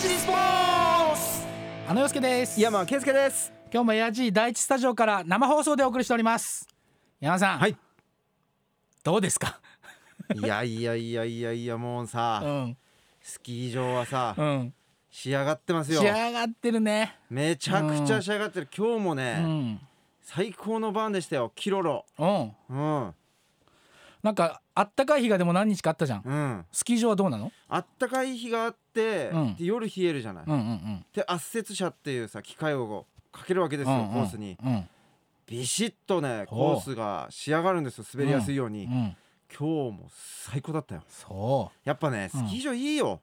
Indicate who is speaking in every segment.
Speaker 1: ジスポーツ
Speaker 2: 花之助です
Speaker 1: 山圭介です
Speaker 2: 今日もエアジー第一スタジオから生放送でお送りしております山さん、
Speaker 1: はい
Speaker 2: どうですか
Speaker 1: いやいやいやいやいやもう
Speaker 2: う
Speaker 1: さ
Speaker 2: ん
Speaker 1: スキー場はさ
Speaker 2: うん
Speaker 1: 仕上がってます
Speaker 2: 仕
Speaker 1: よ
Speaker 2: 上がってるね
Speaker 1: めちゃくちゃ仕上がってる今日も
Speaker 2: う
Speaker 1: ね
Speaker 2: ん
Speaker 1: 最高の番でしたよキロロ
Speaker 2: うん
Speaker 1: うん
Speaker 2: なんかあったかい日がでも何日かあったじゃん、
Speaker 1: うん
Speaker 2: スキー場はどうなの
Speaker 1: あったかい日があって
Speaker 2: うん
Speaker 1: で夜冷えるじゃない
Speaker 2: うんうんうん
Speaker 1: で圧雪車っていうさ機械をかけるわけですよ
Speaker 2: うんうん
Speaker 1: コースに
Speaker 2: うん
Speaker 1: ビシッとね
Speaker 2: ほ
Speaker 1: コ
Speaker 2: う
Speaker 1: ースが仕上がるんですよ滑りやすいように
Speaker 2: う
Speaker 1: 今
Speaker 2: ん
Speaker 1: 日も最高だったよ
Speaker 2: そう
Speaker 1: やっぱねスキー場いいよ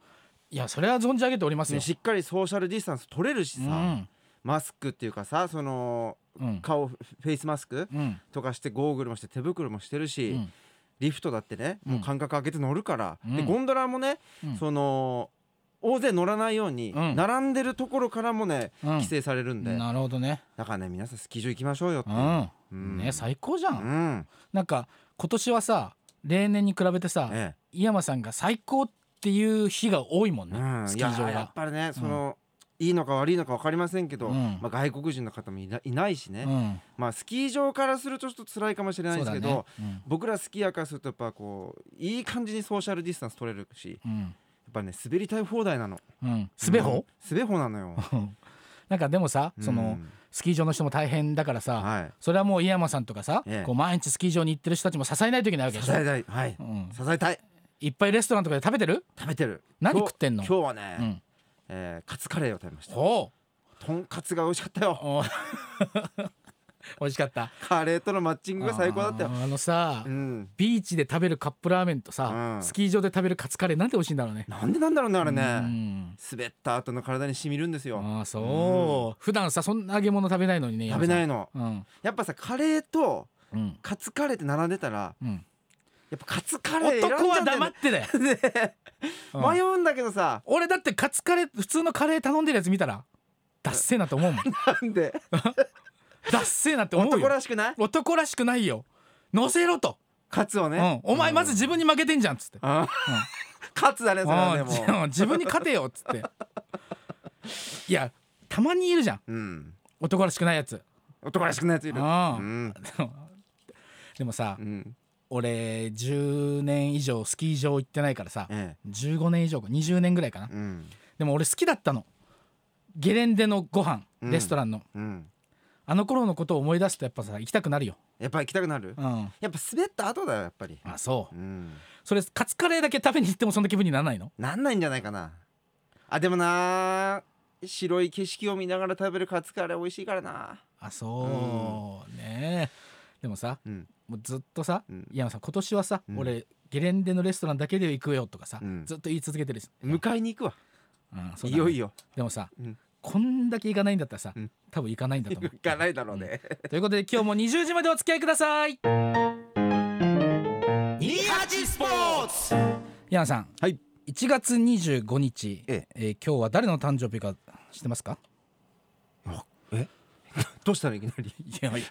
Speaker 2: いやそれは存じ上げておりますよ
Speaker 1: ねしっかりソーシャルディスタンス取れるし
Speaker 2: う
Speaker 1: さ
Speaker 2: ん
Speaker 1: マスクっていうかさその
Speaker 2: うん
Speaker 1: 顔フェイスマスク
Speaker 2: うん
Speaker 1: とかしてゴーグルもして手袋もしてる
Speaker 2: う
Speaker 1: し
Speaker 2: ん
Speaker 1: リフトだってね
Speaker 2: うん
Speaker 1: もう間隔空けて乗るから
Speaker 2: うん
Speaker 1: でゴンドラもね
Speaker 2: うん
Speaker 1: その大勢乗らないように
Speaker 2: うん
Speaker 1: 並んでるところからもね
Speaker 2: うん
Speaker 1: 規制されるんで
Speaker 2: なるほどね
Speaker 1: だからね皆さんスキー場行きましょうよって
Speaker 2: う
Speaker 1: い
Speaker 2: ん、
Speaker 1: ううん
Speaker 2: ね最高じゃん、
Speaker 1: うん
Speaker 2: なんか今年はさ例年に比べてさ、
Speaker 1: え
Speaker 2: 井山さんが最高っていう日が多いもん
Speaker 1: え
Speaker 2: ね、
Speaker 1: うん
Speaker 2: ス
Speaker 1: い
Speaker 2: キー場
Speaker 1: ややっ
Speaker 2: が。
Speaker 1: ぱりねそのいいのか悪いのか分かりませんけど
Speaker 2: うん
Speaker 1: まあ外国人の方もいないないしね
Speaker 2: うん、
Speaker 1: まあスキー場からするとちょっと辛いかもしれない
Speaker 2: そ
Speaker 1: で
Speaker 2: う
Speaker 1: す
Speaker 2: だ
Speaker 1: け
Speaker 2: ね
Speaker 1: ど、
Speaker 2: うん
Speaker 1: 僕らスキーヤーからするとやっぱこういい感じにソーシャルディスタンス取れるしや
Speaker 2: うん
Speaker 1: っぱね滑りたい放題なの
Speaker 2: うん、すべ
Speaker 1: うん
Speaker 2: ほ、
Speaker 1: スベホなのよ
Speaker 2: なんかでもさ その、
Speaker 1: うん
Speaker 2: スキー場の人も大変だからさ、
Speaker 1: はい
Speaker 2: それはもう井山さんとかさ、
Speaker 1: ええ
Speaker 2: こう毎日スキー場に行ってる人たちも支えないといけないわけでし
Speaker 1: 支
Speaker 2: ょ
Speaker 1: え、たいはい、
Speaker 2: うん、
Speaker 1: 支えたい
Speaker 2: いっぱいレストランとかで食べてる、
Speaker 1: 食べてる
Speaker 2: 何
Speaker 1: 今日
Speaker 2: 食ってんの
Speaker 1: 今日はね、
Speaker 2: うん、
Speaker 1: えーカツカレーを食べました
Speaker 2: ほ
Speaker 1: とんかつが美味しかったよ
Speaker 2: うお 美味しかった
Speaker 1: カレーとのマッチングが最高だったよ
Speaker 2: あーあのさ、
Speaker 1: うん
Speaker 2: ビーチで食べるカップラーメンとさ、
Speaker 1: うん
Speaker 2: スキー場で食べるカツカレーなんて美味しいんだろうね
Speaker 1: なんでなんだろうねあれね、
Speaker 2: うん
Speaker 1: 滑った後の体に染みるんですよ
Speaker 2: ああそう、普段さそんな揚げ物食べないのにね
Speaker 1: 食べないいの
Speaker 2: うん
Speaker 1: やっぱさカレーと
Speaker 2: うん
Speaker 1: カツカレーって並んでたら
Speaker 2: うん
Speaker 1: やっぱカツカレー選んじゃって
Speaker 2: 男は黙
Speaker 1: っ
Speaker 2: ってだよ、
Speaker 1: て、 ね
Speaker 2: うん
Speaker 1: 迷うんだけどさ
Speaker 2: 俺だってカツカレー普通のカレー頼んでるやつ見たらダッセーなと思 うもん
Speaker 1: なんで
Speaker 2: ダッセーなって思うよ
Speaker 1: 男らしくない
Speaker 2: 男らしくないよ乗せろと、
Speaker 1: カツを
Speaker 2: う
Speaker 1: ね、
Speaker 2: ん、お前まず自分に負けてんじゃんっつって、
Speaker 1: あカツだねそれはね
Speaker 2: う
Speaker 1: も
Speaker 2: ん自分に勝てよっつ っていやたまにいるじゃん
Speaker 1: う、うん、
Speaker 2: 男らしくないやつ
Speaker 1: 男らしくないやついる
Speaker 2: あ
Speaker 1: う
Speaker 2: ー
Speaker 1: ん
Speaker 2: でもさ、
Speaker 1: うん
Speaker 2: 俺10年以上スキー場行ってないからさ
Speaker 1: え
Speaker 2: 15年以上か20年ぐらいかな
Speaker 1: えうん
Speaker 2: でも俺好きだったのゲレンデのご飯
Speaker 1: うん
Speaker 2: レストランの、
Speaker 1: うん
Speaker 2: あの頃のことを思い出すとやっぱさ行きたくなるよ
Speaker 1: やっぱり行きたくなる、
Speaker 2: うん
Speaker 1: やっぱ滑った後だよやっぱり、、
Speaker 2: あそううんそれカツカレーだけ食べに行ってもそんな気分にならないの
Speaker 1: なんないんじゃないかなあでもな白い景色を見ながら食べるカツカレー美味しいからな
Speaker 2: あそう、ねえでもさ
Speaker 1: うん
Speaker 2: もうずっとさ、
Speaker 1: うん
Speaker 2: 井山さん今年はさ、
Speaker 1: うん
Speaker 2: 俺ゲレンデのレストランだけで行くよとかさ、
Speaker 1: うん
Speaker 2: ずっと言い続けてるし、
Speaker 1: 迎えに行くわ、
Speaker 2: うんそう
Speaker 1: い
Speaker 2: だね
Speaker 1: よいよ
Speaker 2: でもさ、
Speaker 1: うん
Speaker 2: こんだけ行かないんだったらさ、
Speaker 1: うん
Speaker 2: 多分行かないんだと思う
Speaker 1: 行かないだろうね、
Speaker 2: ということで今日も20時までお付き合いください
Speaker 1: 28スポーツ
Speaker 2: ヤンさん、
Speaker 1: はい、
Speaker 2: 1月25日、え
Speaker 1: え
Speaker 2: ー今日は誰の誕生日か知ってますか？
Speaker 1: どうしたのいきなり
Speaker 2: いやいや、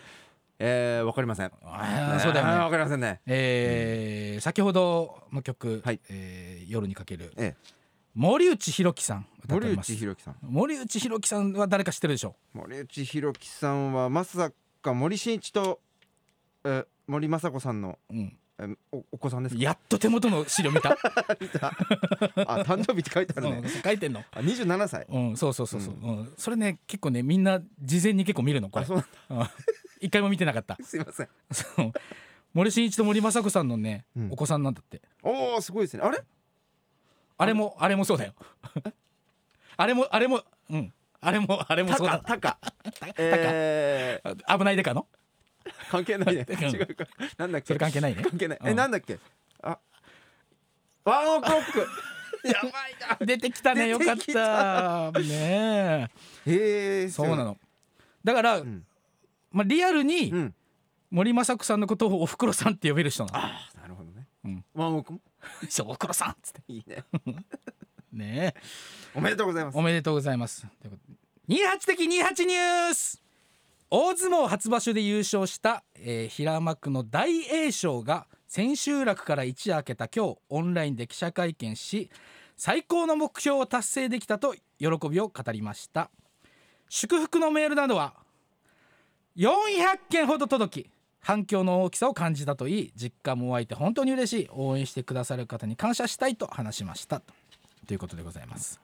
Speaker 1: えー、わかりません
Speaker 2: あーそうだよね
Speaker 1: あーわかりませんね
Speaker 2: えー先ほどの曲、
Speaker 1: はい
Speaker 2: えー夜にかける
Speaker 1: ええ
Speaker 2: 森内弘樹さん歌ってお
Speaker 1: 森
Speaker 2: ります
Speaker 1: 内。弘樹さん
Speaker 2: 森内弘樹さんは誰か知ってるでしょ？
Speaker 1: 森内弘樹さんはまさか森進一とえ森雅子さんの
Speaker 2: うん。
Speaker 1: えおお子さんですか
Speaker 2: やっと手元の資 料見た。
Speaker 1: あ誕生日って書いてある
Speaker 2: うん
Speaker 1: ね
Speaker 2: 書いてんの。
Speaker 1: あ27歳
Speaker 2: うん、そうそうそうそう、うんそれね結構ねみんな事前に結構見るのこ
Speaker 1: あ
Speaker 2: れ
Speaker 1: そうなんだ
Speaker 2: うん一回も見てなかった
Speaker 1: すいません
Speaker 2: そう森進一と森昌子さんのね、
Speaker 1: うん
Speaker 2: お子さんなんだって
Speaker 1: おおすごいですねあれ
Speaker 2: あれもあれもそうだよ。あれもあれもうんあれもあれも
Speaker 1: タ
Speaker 2: そう
Speaker 1: カ
Speaker 2: だ。
Speaker 1: タカえー
Speaker 2: あ危ないでかの？
Speaker 1: 関係ないね
Speaker 2: うん
Speaker 1: 違うかなんだっけ
Speaker 2: それ関係ないね
Speaker 1: 関係ない
Speaker 2: うん
Speaker 1: えなんだっけあワンオクロックやばいな
Speaker 2: 出てきたねよ
Speaker 1: 出
Speaker 2: かって
Speaker 1: きた
Speaker 2: たね
Speaker 1: へえ
Speaker 2: えそうなの。だから、
Speaker 1: ん
Speaker 2: まあリアルに
Speaker 1: うん
Speaker 2: 森昌子さんのことをおふくろさんって呼べる人なの。
Speaker 1: あなるほどね
Speaker 2: うん
Speaker 1: ワンオクも
Speaker 2: そうおふくろさんっつって
Speaker 1: いいね
Speaker 2: ねえ
Speaker 1: おめでとうございます
Speaker 2: おめでとうございます。ということで28的28ニュース。大相撲初場所で優勝した、えー平幕の大栄翔が千秋楽から一夜明けた今日オンラインで記者会見し最高の目標を達成できたと喜びを語りました祝福のメールなどは400件ほど届き反響の大きさを感じたといい実感も湧いて本当に嬉しい応援してくださる方に感謝したいと話しましたとということでございます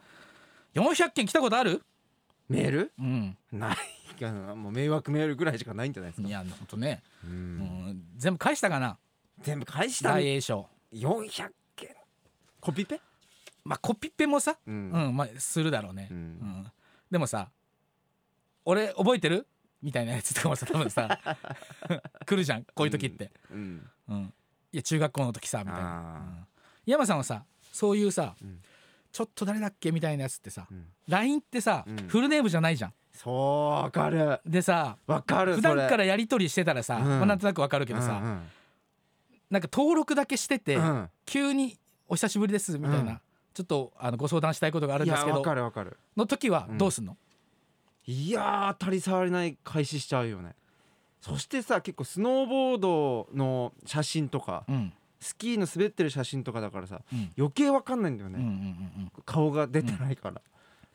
Speaker 2: 400件来たことある
Speaker 1: メール
Speaker 2: うん
Speaker 1: ないかなもう迷惑メールぐらいしかないんじゃないですか
Speaker 2: いやほんとね、
Speaker 1: う
Speaker 2: うんん、全部返したかな
Speaker 1: 全部返した
Speaker 2: 大
Speaker 1: 400
Speaker 2: 栄翔
Speaker 1: 件コピペ
Speaker 2: まあコピペもさ
Speaker 1: う
Speaker 2: うんん、まあするだろうね、
Speaker 1: う
Speaker 2: うんんでもさ「俺覚えてる?」みたいなやつとかもさ多分さ 来るじゃんこういう時って、
Speaker 1: うん
Speaker 2: うんいや中学校の時さみたい
Speaker 1: あ
Speaker 2: な、
Speaker 1: ー
Speaker 2: うん山さんはさそういうさ、
Speaker 1: うん
Speaker 2: ちょっと誰だっけみたいなやつってさ、
Speaker 1: うん
Speaker 2: LINE ってさ、
Speaker 1: うん
Speaker 2: フルネームじゃないじゃん
Speaker 1: そうわかる
Speaker 2: でさ
Speaker 1: わかる
Speaker 2: 普段からやり取りしてたらさ、
Speaker 1: うん
Speaker 2: まあ、なんとなくわかるけどさ、なんか登録だけしてて、急に「お久しぶりです」みたいな、
Speaker 1: うん
Speaker 2: ちょっとあのご相談したいことがあ
Speaker 1: あ
Speaker 2: るんですけ
Speaker 1: わ
Speaker 2: ど
Speaker 1: かるわかる
Speaker 2: の時はどうすんの、
Speaker 1: いやー当たり障りない開始しちゃうよねそしてさ結構スノーボードの写真とか
Speaker 2: うん
Speaker 1: スキーの滑ってる写真とかだからさ
Speaker 2: うん
Speaker 1: 余計わかんないんだよ
Speaker 2: うんうんう
Speaker 1: ね、
Speaker 2: んうん、
Speaker 1: 顔が出てないから、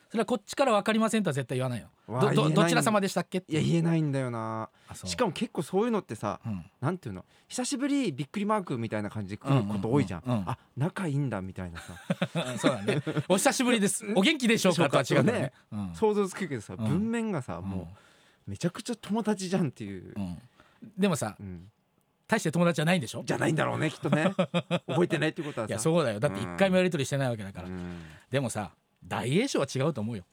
Speaker 2: それはこっちから分かりませんとは絶対言わないよ
Speaker 1: わあ
Speaker 2: どど
Speaker 1: 言えない
Speaker 2: どちら様でしたっけって
Speaker 1: いや言えないんだよな
Speaker 2: あそう
Speaker 1: しかも結構そういうのってさ
Speaker 2: うん
Speaker 1: なんていうの久しぶりびっくりマークみたいな感じで来ること多いじゃん,、
Speaker 2: うんうんうんうん
Speaker 1: あ仲いいんだみたいなさ
Speaker 2: うんそう だねお久しぶりですお元気でしょうかとは違うんだよねうん
Speaker 1: 想像つくけどさ
Speaker 2: うん
Speaker 1: 文面がさ、
Speaker 2: うん
Speaker 1: もうめちゃくちゃ友達じゃんっていう、
Speaker 2: うんでもさ
Speaker 1: うん
Speaker 2: 大して友達じゃないんでしょ
Speaker 1: じゃないんだろうねきっと ね覚えてないってことはさ
Speaker 2: いやそうだよだって一回もやり取りしてないわけだから、
Speaker 1: うん
Speaker 2: でもさ大栄翔は違うと思うよ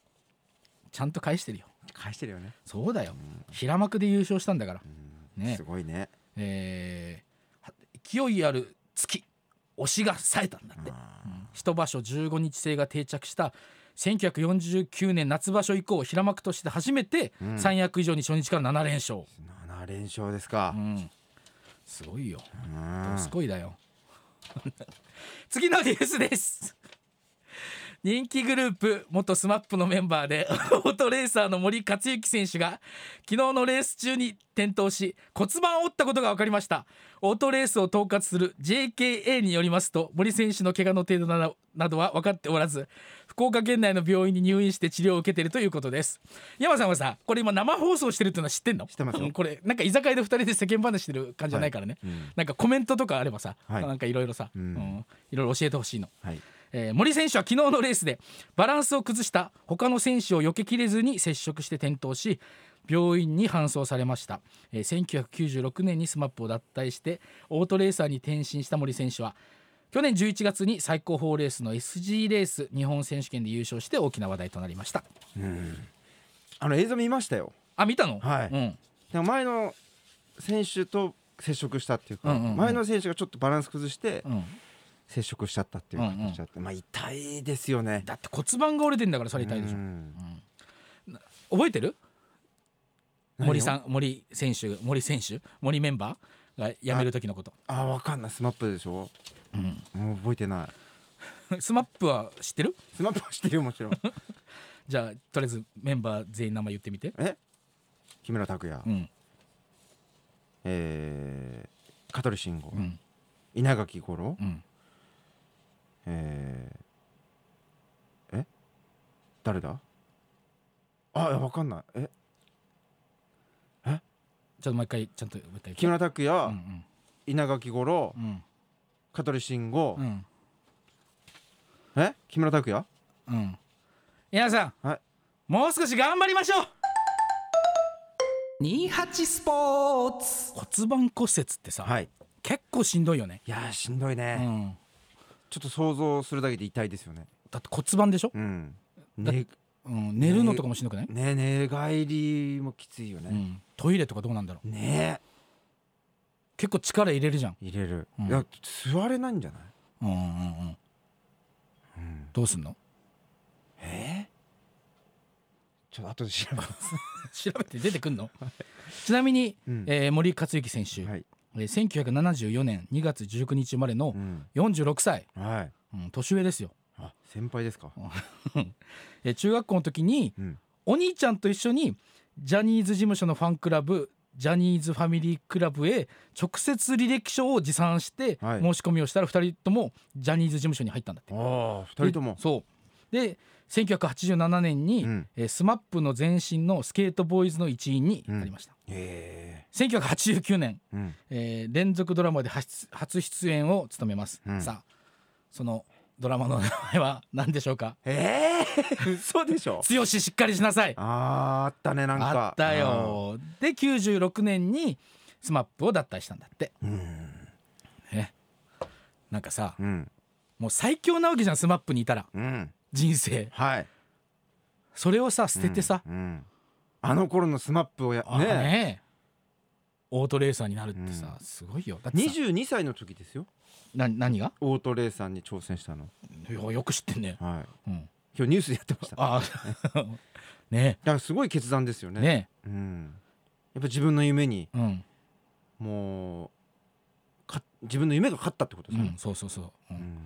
Speaker 2: ちゃんと返してるよ
Speaker 1: 返してるよね、
Speaker 2: そうだよ
Speaker 1: うん
Speaker 2: 平幕で優勝したんだから
Speaker 1: うん
Speaker 2: ね
Speaker 1: すごいね
Speaker 2: えー勢いある月推しが冴えたんだって
Speaker 1: あ
Speaker 2: 一場所15日制が定着した1949年夏場所以降平幕として初めて
Speaker 1: うん
Speaker 2: 三役以上に初日から7連勝、
Speaker 1: ー7連勝です
Speaker 2: う
Speaker 1: か、
Speaker 2: ん、すごいよ
Speaker 1: うん
Speaker 2: すごいだよ 次のニュースです人気グループ元スマップのメンバーで オートレーサーの森克行選手が昨日のレース中に転倒し骨盤を折ったことが分かりましたオートレースを統括する JKA によりますと森選手の怪我の程度などなどは分かっておらず福岡県内の病院に入院して治療を受けているということです山さんはさこれ今生放送してるっていうのは知ってんの
Speaker 1: 知ってますよ
Speaker 2: うんこれなんか居酒屋で2人で世間話してる感じじゃないからね、
Speaker 1: うん
Speaker 2: なんかコメントとかあればさ、
Speaker 1: はい
Speaker 2: なんかいろいろさ、
Speaker 1: う
Speaker 2: うんんいろいろ教えてほしいの、
Speaker 1: はい
Speaker 2: えー森選手は昨日のレースでバランスを崩した他の選手を避けきれずに接触して転倒し病院に搬送されました、えー1996年に SMAP を脱退してオートレーサーに転身した森選手は去年11月に最高峰レースの SG レース日本選手権で優勝して大きな話題となりました
Speaker 1: あの映像見ましたよ
Speaker 2: あ見たの、
Speaker 1: はい
Speaker 2: うん
Speaker 1: でも前の選手と接触したっていうか、
Speaker 2: うんうんうん
Speaker 1: 前の選手がちょっとバランス崩して
Speaker 2: うん、
Speaker 1: 接触しちゃったっていう形だって、まあ痛いですよね
Speaker 2: だって骨盤が折れてんだからそれ痛いでしょ、
Speaker 1: うん
Speaker 2: 覚えてる
Speaker 1: 何を
Speaker 2: 森さん森選手森選手森メンバーが辞める時のこと
Speaker 1: あわかんないスマップでしょ、もう覚えてない
Speaker 2: スマップは知ってる
Speaker 1: スマップは知ってるよもちろ ん
Speaker 2: じゃあとりあえずメンバー全員名前言ってみて
Speaker 1: え木村拓哉、
Speaker 2: うん
Speaker 1: えー、香取慎吾、
Speaker 2: うん
Speaker 1: 稲垣吾郎、
Speaker 2: うん
Speaker 1: えー、え誰だあわかんないえ
Speaker 2: ちょっともう一回ちゃんともう一回
Speaker 1: 木
Speaker 2: 言って
Speaker 1: 村拓哉、
Speaker 2: うん
Speaker 1: 稲垣吾郎
Speaker 2: うん
Speaker 1: 香取慎吾、
Speaker 2: うん
Speaker 1: え木村拓哉
Speaker 2: うんうん皆さん、
Speaker 1: はい
Speaker 2: もう少し頑張りましょう28スポーツ骨盤骨折ってさ、
Speaker 1: はい
Speaker 2: 結構しんどいよね、
Speaker 1: いやーしんどいうね、
Speaker 2: ん、
Speaker 1: ちょっと想像するだけで痛いですよね
Speaker 2: だって骨盤でしょ、
Speaker 1: うん
Speaker 2: だ
Speaker 1: ね
Speaker 2: うん、寝るのとかもしんどくない、
Speaker 1: ね寝返りもきついよ
Speaker 2: う
Speaker 1: ね、
Speaker 2: ん、トイレとかどうなんだろう
Speaker 1: ね
Speaker 2: 結構力入れるじゃん
Speaker 1: え入れる、
Speaker 2: うん
Speaker 1: いや座れないんじゃない、
Speaker 2: うんうんうん
Speaker 1: うん、
Speaker 2: どうすんの
Speaker 1: えー、ちょっと後で調べます
Speaker 2: 調べて出てくんのちなみに、
Speaker 1: うん
Speaker 2: えー森克行選手、
Speaker 1: はい、
Speaker 2: えー1974年2月19日生まれの
Speaker 1: うん、
Speaker 2: 46歳、
Speaker 1: はい
Speaker 2: うん、年上ですよ、
Speaker 1: あ先輩ですか
Speaker 2: えー中学校の時に
Speaker 1: うん
Speaker 2: お兄ちゃんと一緒にジャニーズ事務所のファンクラブジャニーズファミリークラブへ直接履歴書を持参して
Speaker 1: はい
Speaker 2: 申し込みをしたら2人ともジャニーズ事務所に入ったんだって。
Speaker 1: ああ二人とも
Speaker 2: でそうで1987年に、
Speaker 1: うん
Speaker 2: えー、SMAP の前身のスケートボーイズの一員になりました、
Speaker 1: へ
Speaker 2: 1989年、
Speaker 1: えうん
Speaker 2: えー連続ドラマで初初出演を務めます、
Speaker 1: うん
Speaker 2: さあそのドラマの名前は何でしょうか
Speaker 1: ええ 嘘でしょ
Speaker 2: 剛しっかりしなさい
Speaker 1: あーあったねなんか
Speaker 2: あったよで96年に SMAP を脱退したんだって
Speaker 1: うん
Speaker 2: ねなんかさ
Speaker 1: うん
Speaker 2: もう最強なわけじゃん SMAP にいたら
Speaker 1: うん
Speaker 2: 人生
Speaker 1: はい
Speaker 2: それをさ捨ててさ、
Speaker 1: うんうんあの頃のスマップをや
Speaker 2: あ
Speaker 1: ね
Speaker 2: ねオートレーサーになるってさ、すごいよだってさ
Speaker 1: 22歳の時ですよ
Speaker 2: な何が
Speaker 1: オートレーサーに挑戦したの
Speaker 2: いやよく知ってんね、
Speaker 1: はい
Speaker 2: うん、
Speaker 1: 今日ニュースでやってましただか
Speaker 2: あ ね
Speaker 1: らすごい決断ですよね
Speaker 2: ね
Speaker 1: うんやっぱ自分の夢に
Speaker 2: うん、
Speaker 1: もうか自分の夢が勝ったってこと
Speaker 2: う
Speaker 1: ですよ
Speaker 2: ん
Speaker 1: ね、
Speaker 2: そうそうそう、うん
Speaker 1: うん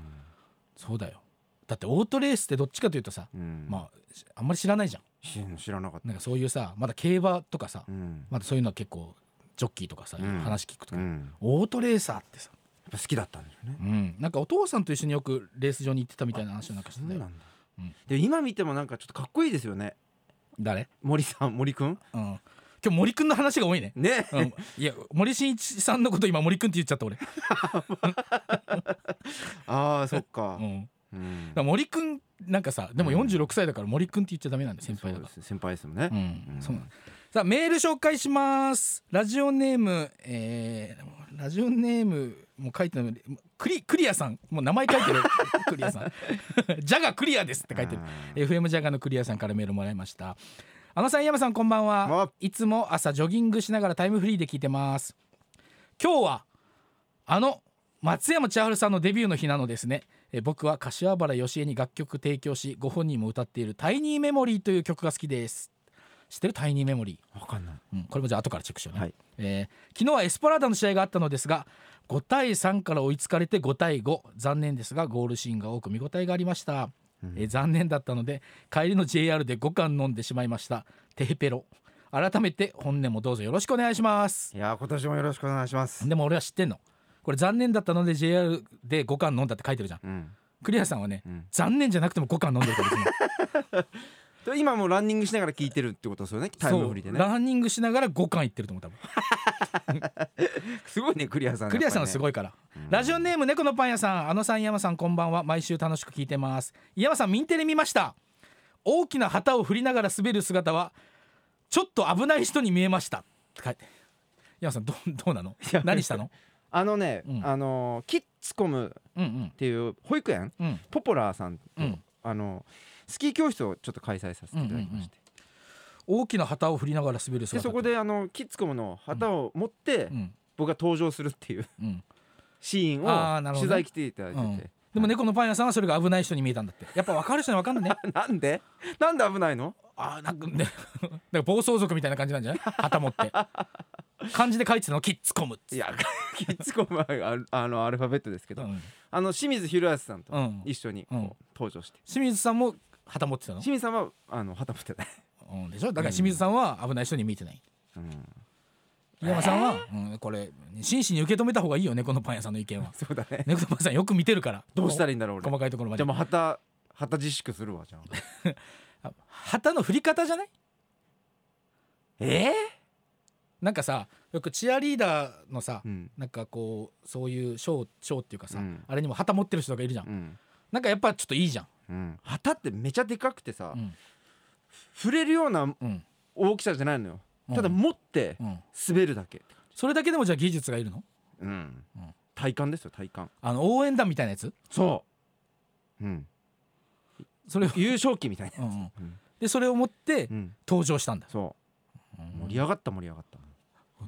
Speaker 2: そうだよだってオートレースってどっちかというとさ、
Speaker 1: うん
Speaker 2: まあしあんまり知らないじゃん
Speaker 1: 知知らなかった
Speaker 2: なんかそういうさまだ競馬とかさ、
Speaker 1: うん
Speaker 2: まだそういうのは結構ジョッキーとかさ、
Speaker 1: うん
Speaker 2: 話聞くと
Speaker 1: う
Speaker 2: か、
Speaker 1: んや
Speaker 2: オートレーサーってさ、
Speaker 1: っぱ好きだったんですよね
Speaker 2: うん、なんかお父さんと一緒によくレース場に行ってたみたいな話をなんかし
Speaker 1: そ
Speaker 2: て
Speaker 1: う
Speaker 2: た
Speaker 1: な
Speaker 2: よ
Speaker 1: んだ
Speaker 2: うん
Speaker 1: で今見てもなんかちょっとかっこいいですよね
Speaker 2: 誰、
Speaker 1: 森さん森くん
Speaker 2: うん、今日森くんの話が多いね
Speaker 1: ね
Speaker 2: うん、いや森進一さんのこと今森くんって言っちゃった俺、
Speaker 1: ああそっ
Speaker 2: う
Speaker 1: か
Speaker 2: ん、だ
Speaker 1: うん
Speaker 2: から森くんなんかさでも
Speaker 1: うん
Speaker 2: 46歳だから森くんって言っちゃダメなんだよ先輩だ
Speaker 1: そう
Speaker 2: か
Speaker 1: です先輩ですもんね
Speaker 2: らうん、
Speaker 1: うん
Speaker 2: そうなんださあメール紹介しますラジオネームえーラジオネームも書いてるクリクリアさんもう名前書いてる クリアさんジャガクリアですって書いてる
Speaker 1: あー
Speaker 2: FM ジャガのクリアさんからメールもらいましたあのさん山さんこんばんは
Speaker 1: あ
Speaker 2: いつも朝ジョギングしながらタイムフリーで聞いてます今日はあの松山千春さんのデビューの日なのですねえ僕は柏原芳恵に楽曲提供しご本人も歌っている「タイニーメモリー」という曲が好きです知ってるタイニーメモリー
Speaker 1: わかんない
Speaker 2: うん、これもじゃあ後からチェックしようね、
Speaker 1: はい
Speaker 2: えー昨日はエスパラーダの試合があったのですが5対3から追いつかれて5対5残念ですがゴールシーンが多く見応えがありました、えー残念だったので帰りの JR で5缶飲んでしまいましたテヘペロ改めて本年もどうぞよろしくお願いします
Speaker 1: いやー今年もよろしくお願いします
Speaker 2: でも俺は知ってんのこれ残念だったので JR で5缶飲んだって書いてるじゃん
Speaker 1: うん
Speaker 2: クリアさんはね、
Speaker 1: うん
Speaker 2: 残念じゃなくても5缶飲んでるから別に
Speaker 1: で今もうランニングしながら聞いてるってことですよね タイムフリーで
Speaker 2: そ
Speaker 1: ね
Speaker 2: うランニングしながら5缶いってると思う多分
Speaker 1: すごいねクリアさん
Speaker 2: クリアさんはす
Speaker 1: い
Speaker 2: ごいから、ラジオネーム猫のパン屋さんあのさん山さんこんばんは毎週楽しく聞いてます山さんミンテレ見ました大きな旗を振りながら滑る姿はちょっと危ない人に見えましたって書いて山さんどうどうなの
Speaker 1: や
Speaker 2: 何したの
Speaker 1: あのね
Speaker 2: うん
Speaker 1: あのーキッズコム
Speaker 2: うん
Speaker 1: っていう保育園
Speaker 2: うんうん
Speaker 1: ポポラーさんと
Speaker 2: うん
Speaker 1: あのスキー教室をちょっと開催させていただきまして、
Speaker 2: うんうんうん大きな旗を振りながら滑る
Speaker 1: で
Speaker 2: 姿
Speaker 1: そこであのキッズコムの旗を持って
Speaker 2: うん
Speaker 1: 僕が登場するっていう
Speaker 2: うん
Speaker 1: シーン
Speaker 2: あーな
Speaker 1: を
Speaker 2: るほどね
Speaker 1: 取材来ていただいて
Speaker 2: う
Speaker 1: て、
Speaker 2: んでも猫のパン屋さんはそれが危ない人に見えたんだってやっぱ分かる人には分か んないね
Speaker 1: なんでなんで危ないの
Speaker 2: あーなん かねなんか暴走族みたいな感じなんじゃない旗持 って漢字で書いてたのキッズコムっつ
Speaker 1: いやキッズコムは ああのアルファベットですけ
Speaker 2: う
Speaker 1: ど、
Speaker 2: ん
Speaker 1: あの清水宏保さんと
Speaker 2: うん
Speaker 1: 一緒にこう、
Speaker 2: うん
Speaker 1: 登場して
Speaker 2: 清水さんも旗持ってたの、
Speaker 1: 清水さんはあの旗振ってない、
Speaker 2: うん、でしょだから清水さんは危ない人に見てない
Speaker 1: うん、
Speaker 2: 井山さんは、うん、これ真摯に受け止めた方がいいよねこのパン屋さんの意見 は
Speaker 1: そうだね
Speaker 2: 猫のパン屋さんよく見てるから
Speaker 1: どうしたら
Speaker 2: い
Speaker 1: い
Speaker 2: い
Speaker 1: いんだろう俺
Speaker 2: 細かいところま
Speaker 1: じゃあも
Speaker 2: で
Speaker 1: う旗旗自粛するわじゃあ
Speaker 2: あ旗の振り方じゃない
Speaker 1: え
Speaker 2: なんかさよくチアリーダーのさ、
Speaker 1: うん
Speaker 2: なんかこうそういうショーショーっていうかさ、
Speaker 1: うん
Speaker 2: あれにも旗持ってる人がいるじゃん、
Speaker 1: うん
Speaker 2: なんかやっぱちょっといいじゃん、
Speaker 1: うん、旗ってめちゃでかくてさ、
Speaker 2: うん
Speaker 1: 触れるような
Speaker 2: うん
Speaker 1: 大きさじゃないのよ、
Speaker 2: うん
Speaker 1: ただ持って
Speaker 2: うん、
Speaker 1: 滑るだけ、
Speaker 2: それだけでもじゃあ技術がいるの
Speaker 1: うん
Speaker 2: うん
Speaker 1: 体感ですよ体感
Speaker 2: あの応援団みたいなやつ
Speaker 1: そう、 うん、
Speaker 2: それを、
Speaker 1: 優勝旗みたいな
Speaker 2: うんうん
Speaker 1: うん
Speaker 2: でそれを持って
Speaker 1: うん
Speaker 2: 登場したんだ、
Speaker 1: そううん盛り上がった盛り上がった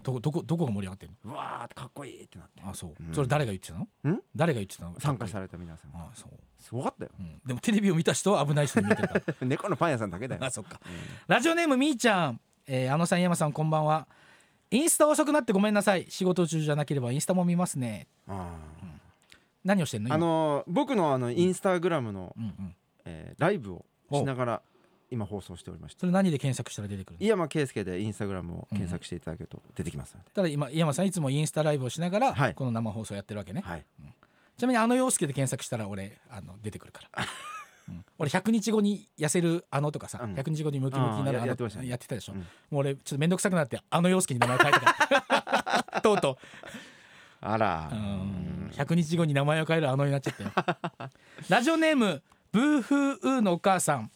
Speaker 2: どこどこどこが盛り上がってるの
Speaker 1: うわーってかっこいいってなって
Speaker 2: あそう、
Speaker 1: うん
Speaker 2: それ誰が言ってたの
Speaker 1: ん
Speaker 2: 誰が言ってたの
Speaker 1: 参加された皆さん
Speaker 2: あそう、
Speaker 1: すごかったよ
Speaker 2: うん、でもテレビを見た人は危ない人に見てるか
Speaker 1: 猫のパン屋さんだけだよ
Speaker 2: らあそっか、ラジオネームみーちゃん、えー、あのさん山さんこんばんはインスタ遅くなってごめんなさい仕事中じゃなければインスタも見ますね
Speaker 1: あ
Speaker 2: 何をしてんの
Speaker 1: ーあのー僕のあのインスタグラムの、
Speaker 2: 今うんうん
Speaker 1: えーライブをしながら今放送しておりまし
Speaker 2: そ
Speaker 1: て
Speaker 2: れ何で検索したら出てくるの
Speaker 1: 井山圭介でインスタグラムを検索していただけると出てきますので、
Speaker 2: ただ今井山さんいつもインスタライブをしながら、
Speaker 1: はい
Speaker 2: この生放送やってるわけね、
Speaker 1: はい
Speaker 2: ちなみにあの陽介で検索したら俺あの出てく るから、うん俺100日後に痩せるあのとかさ、
Speaker 1: うん
Speaker 2: 100日後にムキムキになる
Speaker 1: あー
Speaker 2: あの
Speaker 1: ややってましたね
Speaker 2: やってたでしょ、
Speaker 1: うん
Speaker 2: もう俺ちょっと面倒くさくなってあの陽介に名前変えたからとうと
Speaker 1: あら
Speaker 2: う、うん、100日後に名前を変えるあのになっちゃったよラジオネームブーフーウーのお母さん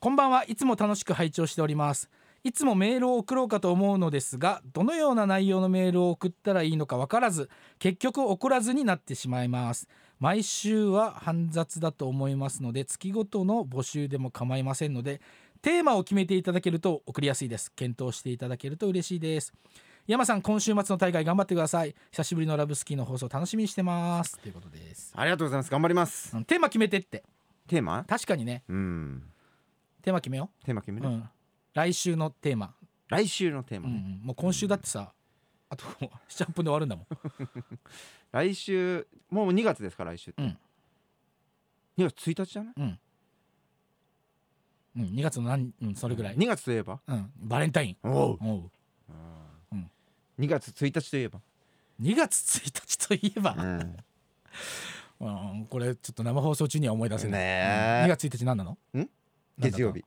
Speaker 2: こんばんはいつも楽しく拝聴しておりますいつもメールを送ろうかと思うのですがどのような内容のメールを送ったらいいのか分からず結局送らずになってしまいます毎週は煩雑だと思いますので月ごとの募集でも構いませんのでテーマを決めていただけると送りやすいです検討していただけると嬉しいです山さん今週末の大会頑張ってください久しぶりのラブスキーの放送楽しみにしてますということです
Speaker 1: ありがとうございます頑張ります、
Speaker 2: うんテーマ決めてって
Speaker 1: テーマ
Speaker 2: 確かにね
Speaker 1: うん
Speaker 2: テーマ決めよ
Speaker 1: テーマ決め
Speaker 2: う、う
Speaker 1: る、
Speaker 2: ん、来週のテーマ、
Speaker 1: 来週のテー
Speaker 2: う
Speaker 1: マ
Speaker 2: んう
Speaker 1: ね、
Speaker 2: ん、もう今週だってさあ と7、8分で終わるんだもん
Speaker 1: 来週もう2月ですか来週って、
Speaker 2: うん
Speaker 1: 2月1日じゃない
Speaker 2: うん、うん、2月の何、うん、それぐらい、
Speaker 1: 2月といえば
Speaker 2: うん、バレンタイン
Speaker 1: おう
Speaker 2: おう
Speaker 1: 2月1日といえば、
Speaker 2: 2月1日といえば、
Speaker 1: ん、
Speaker 2: うん、これちょっと生放送中には思い出せない、
Speaker 1: ねえ
Speaker 2: 2月1日何なの
Speaker 1: 月曜日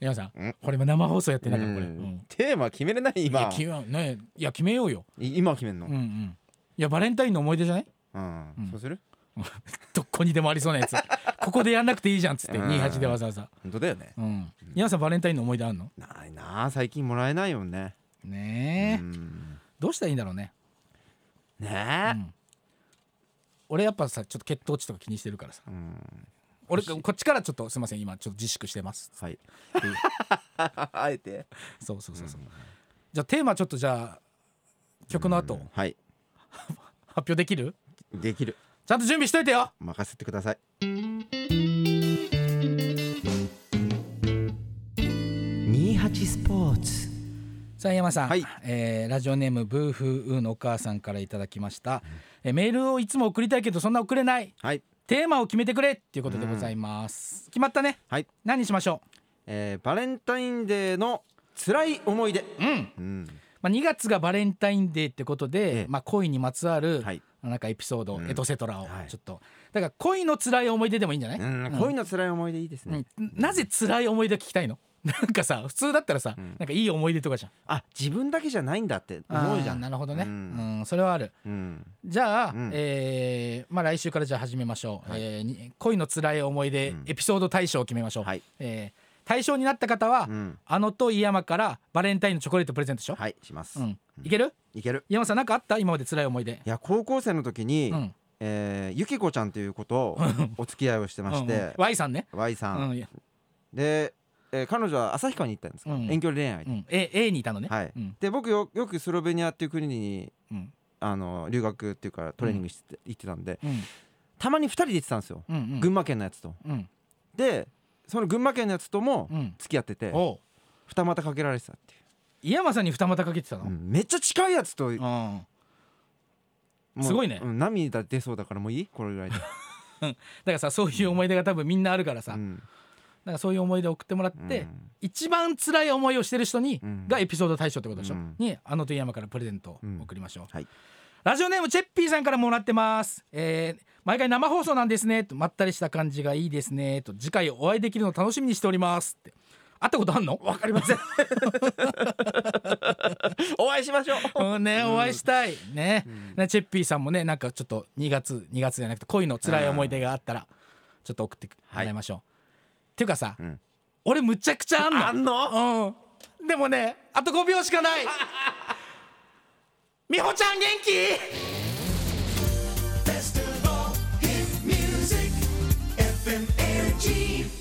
Speaker 2: 山さ
Speaker 1: うん
Speaker 2: んこれ今生放送やってないからこれ、
Speaker 1: う
Speaker 2: うんん、
Speaker 1: テーマ決めれない
Speaker 2: いや
Speaker 1: 今
Speaker 2: 決めねいや決めようよ
Speaker 1: い今決めんの
Speaker 2: うんうんいやバレンタインの思い出じゃない
Speaker 1: うん、
Speaker 2: うん
Speaker 1: そうする
Speaker 2: どこにでもありそうなやつここでやんなくていいじゃんっつって
Speaker 1: うん
Speaker 2: 28でわざわざ
Speaker 1: 本当だよね
Speaker 2: うん皆さんバレンタインの思い出あんの
Speaker 1: ないなあ最近もらえないよね
Speaker 2: ねえ、
Speaker 1: うん
Speaker 2: どうしたらいいんだろうね、う
Speaker 1: ね
Speaker 2: ん俺やっぱさちょっと血糖値とか気にしてるからさ
Speaker 1: え、うん、
Speaker 2: 俺こっちからちょっとすいません今ちょっと自粛してます
Speaker 1: はい あえて
Speaker 2: そうそうそうそう、じゃあテーマちょっとじゃあ曲の後、
Speaker 1: はい
Speaker 2: 発表できる
Speaker 1: できる
Speaker 2: ちゃんと準備しといてよ
Speaker 1: 任せてください28スポーツ
Speaker 2: さあ山さん、
Speaker 1: はい
Speaker 2: えーラジオネームブーフーウーのお母さんからいただきました、えーメールをいつも送りたいけどそんな送れない
Speaker 1: はい
Speaker 2: テーマを決めてくれっていうことでございます、決まったね
Speaker 1: はい、
Speaker 2: 何にしましょ
Speaker 1: えーバレンタインデーの辛い思い出
Speaker 2: ううん、
Speaker 1: うん
Speaker 2: まあ、2月がバレンタインデーってこと
Speaker 1: え
Speaker 2: で、
Speaker 1: え
Speaker 2: まあ、恋にまつわる、
Speaker 1: はい
Speaker 2: なんかエピソード、
Speaker 1: うん
Speaker 2: エトセトラを
Speaker 1: はい
Speaker 2: ちょっと、だから恋の辛い思い出でもいいんじゃない、
Speaker 1: うん恋の辛い思い出いいです
Speaker 2: う
Speaker 1: ね
Speaker 2: んなぜ辛い思い出聞きたいの なんかさ普通だったらさ、
Speaker 1: うん
Speaker 2: なんかいい思い出とかじゃん
Speaker 1: あ自分だけじゃないんだって思うじゃ
Speaker 2: あー
Speaker 1: ん
Speaker 2: なるほどね、
Speaker 1: う
Speaker 2: うんんそれはある
Speaker 1: うん
Speaker 2: じゃあ、
Speaker 1: うん
Speaker 2: えーまあ、来週からじゃあ始めましょう、
Speaker 1: はい
Speaker 2: えーに恋の辛い思い出、
Speaker 1: うん
Speaker 2: エピソード大賞を決めましょう、
Speaker 1: はい
Speaker 2: えー大賞になった方は、
Speaker 1: うん
Speaker 2: あのと井山からバレンタインのチョコレートプレゼントでしょ、
Speaker 1: はいします
Speaker 2: うん、いける
Speaker 1: いける
Speaker 2: 井山さんなんかあった今まで辛い思い出、
Speaker 1: いや高校生の時に
Speaker 2: うん
Speaker 1: えーゆきこちゃんという子とお付き合いをしてまし
Speaker 2: うんうん
Speaker 1: て
Speaker 2: Y さんね、
Speaker 1: Y さ
Speaker 2: うんんいや
Speaker 1: でえー彼女は旭川に行ったんですけど
Speaker 2: うん
Speaker 1: 遠距離恋愛
Speaker 2: う
Speaker 1: で
Speaker 2: ん、A, A にいたのね、
Speaker 1: はい
Speaker 2: うん
Speaker 1: で僕よよくスロベニアっていう国に
Speaker 2: うん
Speaker 1: あの留学っていうかトレーニングして行ってたんで
Speaker 2: うん
Speaker 1: たまに2人で行ってたんですよ
Speaker 2: うんうん
Speaker 1: 群馬県のやつと
Speaker 2: うん
Speaker 1: でその群馬県のやつとも
Speaker 2: うん
Speaker 1: 付き合ってて
Speaker 2: おう
Speaker 1: 二股かけられてたっていう
Speaker 2: 井山さんに二股かけてたの、
Speaker 1: うんめっちゃ近いやつと
Speaker 2: うん
Speaker 1: もう
Speaker 2: すごいね
Speaker 1: うん涙出そうだからもういいこれぐらい で、
Speaker 2: だからさそういう思い出が多分みんなあるからさ、
Speaker 1: う
Speaker 2: だ
Speaker 1: ん
Speaker 2: からそういう思い出を送ってもらっ
Speaker 1: うん
Speaker 2: て、一番辛い思いをしてる人に、
Speaker 1: うん
Speaker 2: がエピソード対象ってことでしょ、
Speaker 1: うん
Speaker 2: にあのと山からプレゼントを送りましょう、
Speaker 1: はい
Speaker 2: ラジオネームチェッピーさんからもらってます、えー毎回生放送なんですねとまったりした感じがいいですねと次回お会いできるの楽しみにしておりますって会ったことあんのわかりません
Speaker 1: お会いしましょう
Speaker 2: うんねお会いしたいね,、ねチェッピーさんもねなんかちょっと2月2月じゃなくて恋の辛い思い出があったらちょっと送ってもらいましょう、っていうかさ、
Speaker 1: ん
Speaker 2: 俺むちゃくちゃあんの
Speaker 1: あんの
Speaker 2: うん。でもね、あと5秒しかない。美穂ちゃん元気
Speaker 3: Festival hit music, FM Energy.